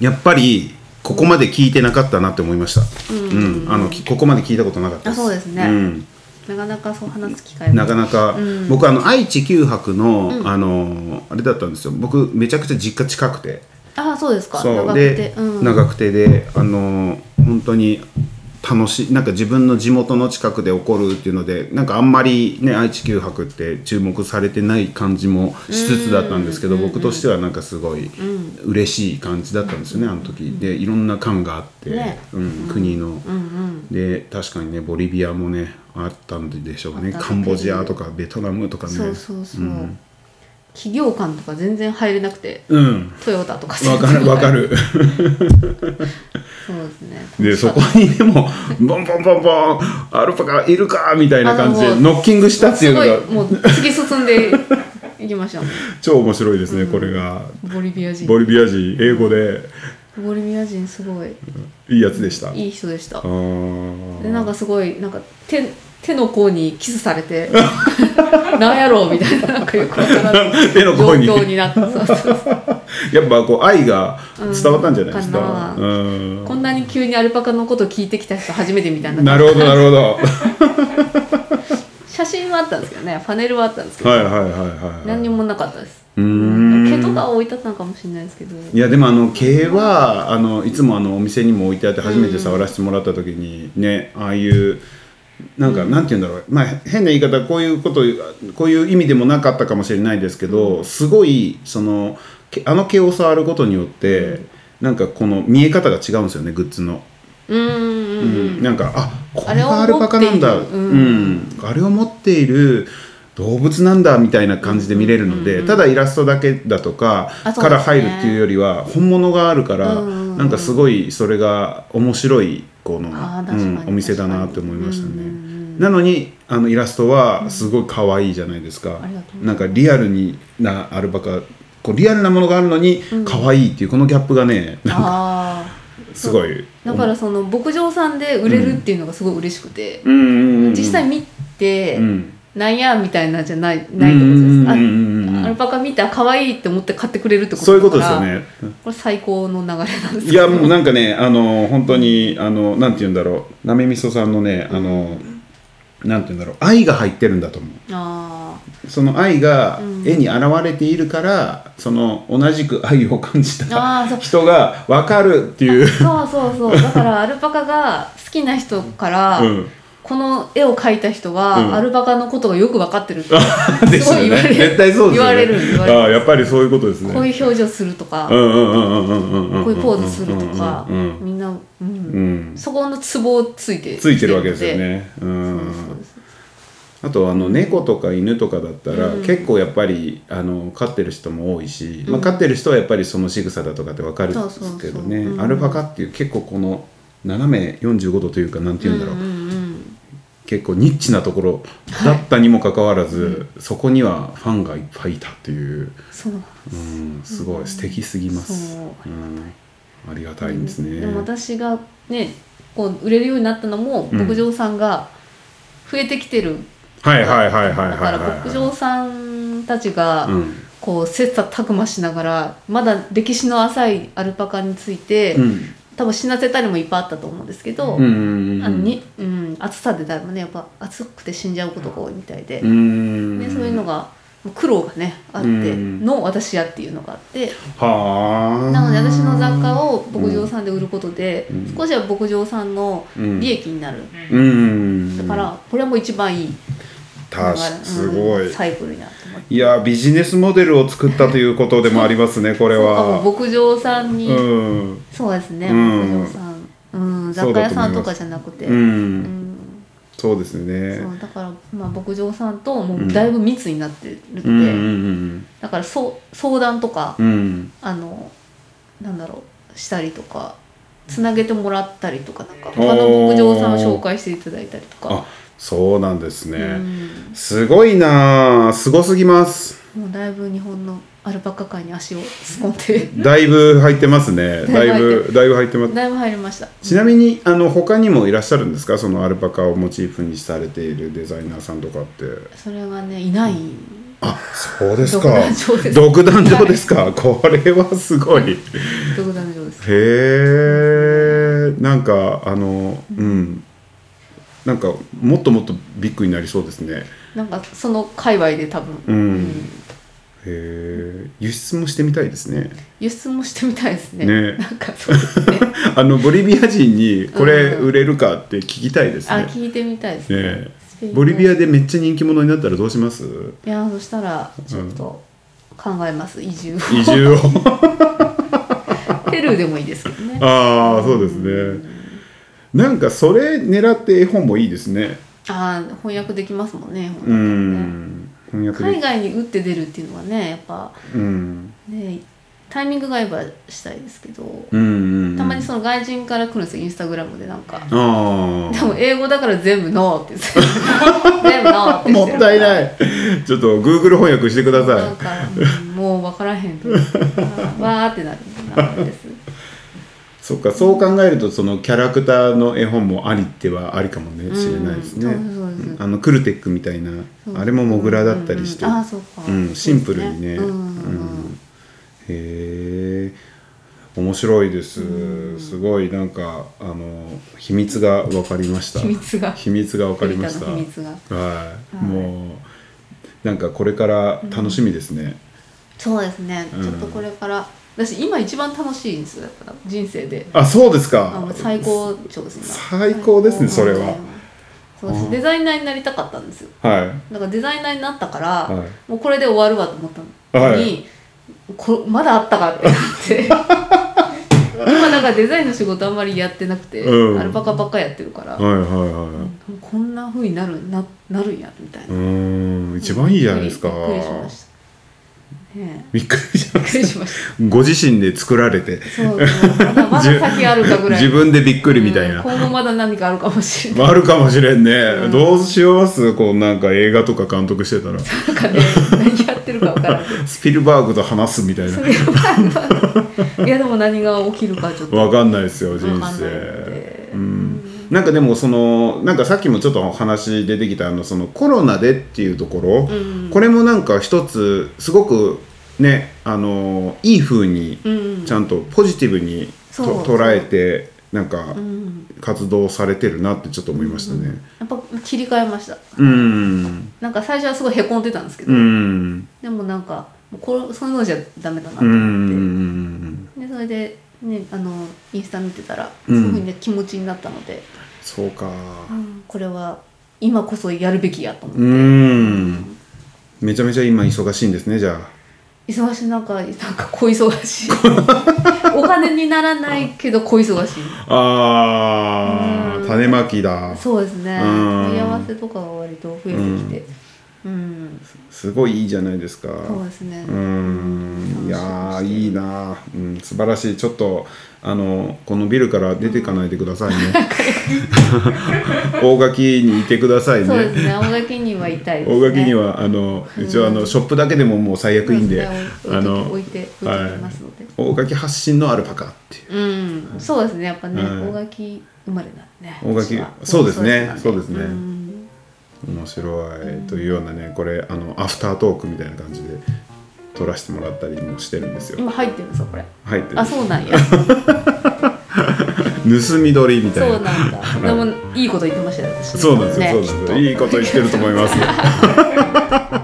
やっぱりここまで聞いてなかったなって思いましたうん、あのきここまで聞いたことなかったあそうですねうんなかなかそう話す機会もなかなか、うん僕あの愛知九博の、あのあれだったんですよ僕めちゃくちゃ実家近くてあそうですかそう長くてで、うん、長くてであの本当に楽しいなんか自分の地元の近くで起こるっていうのでなんかあんまりね愛知九博って注目されてない感じもしつつだったんですけど僕としてはなんかすごい嬉しい感じだったんですよねあの時でいろんな感があって、ねうん、国の、うんうんで確かにねボリビアもねあったんでしょうねあったカンボジアとかベトナムとかねそうそうそう、企業間とか全然入れなくてうんトヨタとかわかるわかるる そうですねでそこにでも ボンボンボンボンアルパカいるかみたいな感じあでのノッキングしたっていすうごいのがもう突き進んでいき ましたもん超面白いですね、これがボリビア人ボリビア人英語でボリビア人すごいいいやつでしたいい人でしたあーでなんかすごいなんか手手の甲にキスされて なんやろうみたいななんかよくわからない手の甲に状況になってそうそうそうやっぱこう愛が伝わったんじゃないですうんかかなうんこんなに急にアルパカのこと聞いてきた人初めてみたいななるほどなるほど 写真はあったんですけどねパネルはあったんですけど、はいはいはいはい何にもなかったですうーん毛とか置いてあったのかもしれないですけどいやでもあの毛はあのいつもあのお店にも置いてあって初めて触らせてもらった時にねああいうなんかなんて言うんだろうまあ変な言い方こういうことこういう意味でもなかったかもしれないですけどすごいそのけあの毛を触ることによってなんかこの見え方が違うんですよねグッズの。うーんうんうんなんかあこれがアあれルを持パカっているなんだううんん、あれを持っている動物なんだみたいな感じで見れるので、ただイラストだけだとかあそうですねから入るっていうよりは本物があるから、うんうんうんなんかすごいそれが面白いこの、あーう確かにん、お店だなって思いましたね。うんうんうなのにあのイラストはすごい可愛いじゃないですかありがとうございます。なんかリアルになアルパカこうリアルなものがあるのに可愛いっていうこのギャップがね、なんかああすごい。だからその牧場さんで売れるっていうのがすごい嬉しくて、うんうんうんうん実際見て、うんなんやみたいなんじゃないないってことですか、うんうんうんうんうんあアルパカ見た可愛いって思って買ってくれるってことそういうことでだすからよね。これ最高の流れなんですいやもうなんかねあの本当にあのなんて言うんだろうなめみそさんのねあの、なんて言うんだろう愛が入ってるんだと思う。あその愛がうん絵に現れているから、その同じく愛を感じたああーそう人が分かるっていう。そうそうそうだからアルパカが好きな人から、うんこの絵を描いた人は、うんアルパカのことがよく分かってるって ですすごよいね言われる絶対そうですよね言われる言われるああやっぱりそういうことですねこういう表情するとか、うんうんうんうんうんうんうんこういうポーズするとか、うんうんみんな、ううんんうんそこのツボをついてついてるわけですよねうきてるんのでそうそうですあとあの猫とか犬とかだったら、うん結構やっぱりあの飼ってる人も多いし、まあ、飼ってる人はやっぱりその仕草だとかってわかるんですけどねそうそうそううんアルパカっていう結構この斜め45度というかなんて言うんだろう、うんうんうん結構ニッチなところだったにもかかわらず、そこにはファンがいっぱいいたっていう、そうなんですうん、すごい素敵すぎますそうう、ん、ありがたいんですね、でも私がねこう売れるようになったのもうん牧場さんが増えてきてる、はいはいはいはいはいだはかいらはい牧場さんたちがうんこう切磋琢磨しながらまだ歴史の浅いアルパカについて、うん多分死なせたりもいっぱいあったと思うんですけど、うんうんうんあのにうん、暑さでだいぶねやっぱ暑くて死んじゃうことが多いみたいで、うんね、そういうのが苦労がねあってうんの私やっていうのがあってはあなので私の雑貨を牧場さんで売ることで、うん少しは牧場さんのうん利益になる、うんだからこれはもう一番いい確かうんすごい、サイクルになってますいやビジネスモデルを作ったということでもありますねこれは牧場さんに、うんそうですね、うん牧場さん、うそん、雑うだ貨屋と思いまさすんとかじゃなくて、ううんんそうですそねうだから、まあ、牧場さんともうだいぶ密になってるので、うんうんだからそう相談とか、うんうんあのなんだろうしたりとかつなげてもらったりとかなんかー他の牧場さんを紹介していただいたりとかあ、そうなんですね、うんすごいなあすごすぎますもうだいぶ日本のアルパカ界に足を突っ込んでだいぶ入ってますねだだいいぶ入っぶだいぶ入ってますだいぶ入りましたちなみにあの他にもいらっしゃるんですかそのアルパカをモチーフにされているデザイナーさんとかってそれがねいないあそうですか独壇場です独壇場ですか、これはすごい独壇場ですへえなんかあのうんなんかもっともっとビッグになりそうですねへなんかその界隈で多分、うんえ輸出もしてみたいですね 輸出もしてみたいですねねなんかそうですねあのボリビア人にこれうん売れるかって聞きたいですあね聞いてみたいですねねボリビアいでめっちゃ人気者になったらどうします やそしたらちょっと考えます、移住を移住をペルーでもいいですけどねああそうですねなんかそれ狙って絵本もいいですねああ翻訳できますもんね翻訳うねん翻訳海で外に打って出るっていうのはねやっぱうんねタイミングが合えばしたいですけど、うんうんうんたまにその外人から来るんですよインスタグラムでなんか。あであも英語だから全部ノーって言 って全部ノーってもったいないい。ちょっと Google 翻訳してくだなさんかうんもう分からへんと わーってなるなるんですい。そっか、そう考えると、そのキャラクターの絵本もありってはありかもね、しれないですね。うんそうそうそうあのクルテックみたいな、そうあれもモグラだったりして。うんうんあーそうかうんシンプルにね。そううですねうんんへえ。面白いです。すごい、なんか、あの、秘密が分かりました。秘密が秘密が分かりました。栗田の秘密はい、はいもう。なんか、これから楽しみですね。そうですね、うんちょっとこれから私今一番楽しいんですよだから人生であ、そうですあかの。最高潮です今最高ですねそれはそうですデザイナーになりたかったんですよはだからデザイナーになったから、はいもうこれで終わるわと思ったのに、はこまだあったかってなって 今なんかデザインの仕事あんまりやってなくて、うんアルパカばっかやってるから、い。はいはいはこんなふうになるななるんやみたいい。うな、ーん、一番いいじゃないですか。びっくりしましたねえびっくりしまびっくりしましたご自身で作られて、そうそうまだまだ先あるかぐらい自分でびっくりみたいうんな。今後まだ何かあるかもしれないあるかもしれんね。んどうしますこうなんか映画とか監督してたら。なんかね何やってるか 分からんけどスピルバーグと話すみたいなそ。れはいやでも何が起きるかちょっとわかんないですよ、人わかんないん生で。うん。なんかでもそのなんかさっきもちょっとお話出てきたあのそのコロナでっていうところ、うんこれもなんか一つすごくねあのいい風にうんちゃんとポジティブにと、そう捉えてなんかうん活動されてるなってちょっと思いましたね。やっぱ切り替えましたうんなんか最初はすごいへこんでたんですけど、うんでもなんかもうこれそういうのじゃダメだなとう思って、んでそれで、ね、あのインスタ見てたら、うんそういうふうに、ね、気持ちになったので、そうか。うんこれは今こそやるべきやと思って、うんめちゃめちゃ今忙しいんですねじゃあ。忙しいなんかなんか小忙しいお金にならないけど小忙しいあうーん種まきだそうですねうん問い合わせとかが割と増えてきてうん、すごいいいじゃないですかそうですねうーんいやーいいなー、うん、素晴らしいちょっとあのこのビルから出ていかないでくだ さいね大垣にいてくださいそうですねね。大垣には痛いですね。大垣にはあの一応あのショップだけでももう最悪いいんでそうあですねの置いて置いて置いてきますので。大垣発信のアルパカっていううん、そうですね。やっぱね、はい大垣生まれなんでね。大垣私はそうですねんそうですねん面白いというようなねこれあのアフタートークみたいな感じで撮らせてもらったりもしてるんですよ今入ってるんですよこれ。入ってるあ、そうなんや。盗み撮りみたいそなうなんだ。でもいいこと言ってましたよ。私ねそうなんですよ、ねそうなんきっですとよ。いいこと言ってると思いますよ。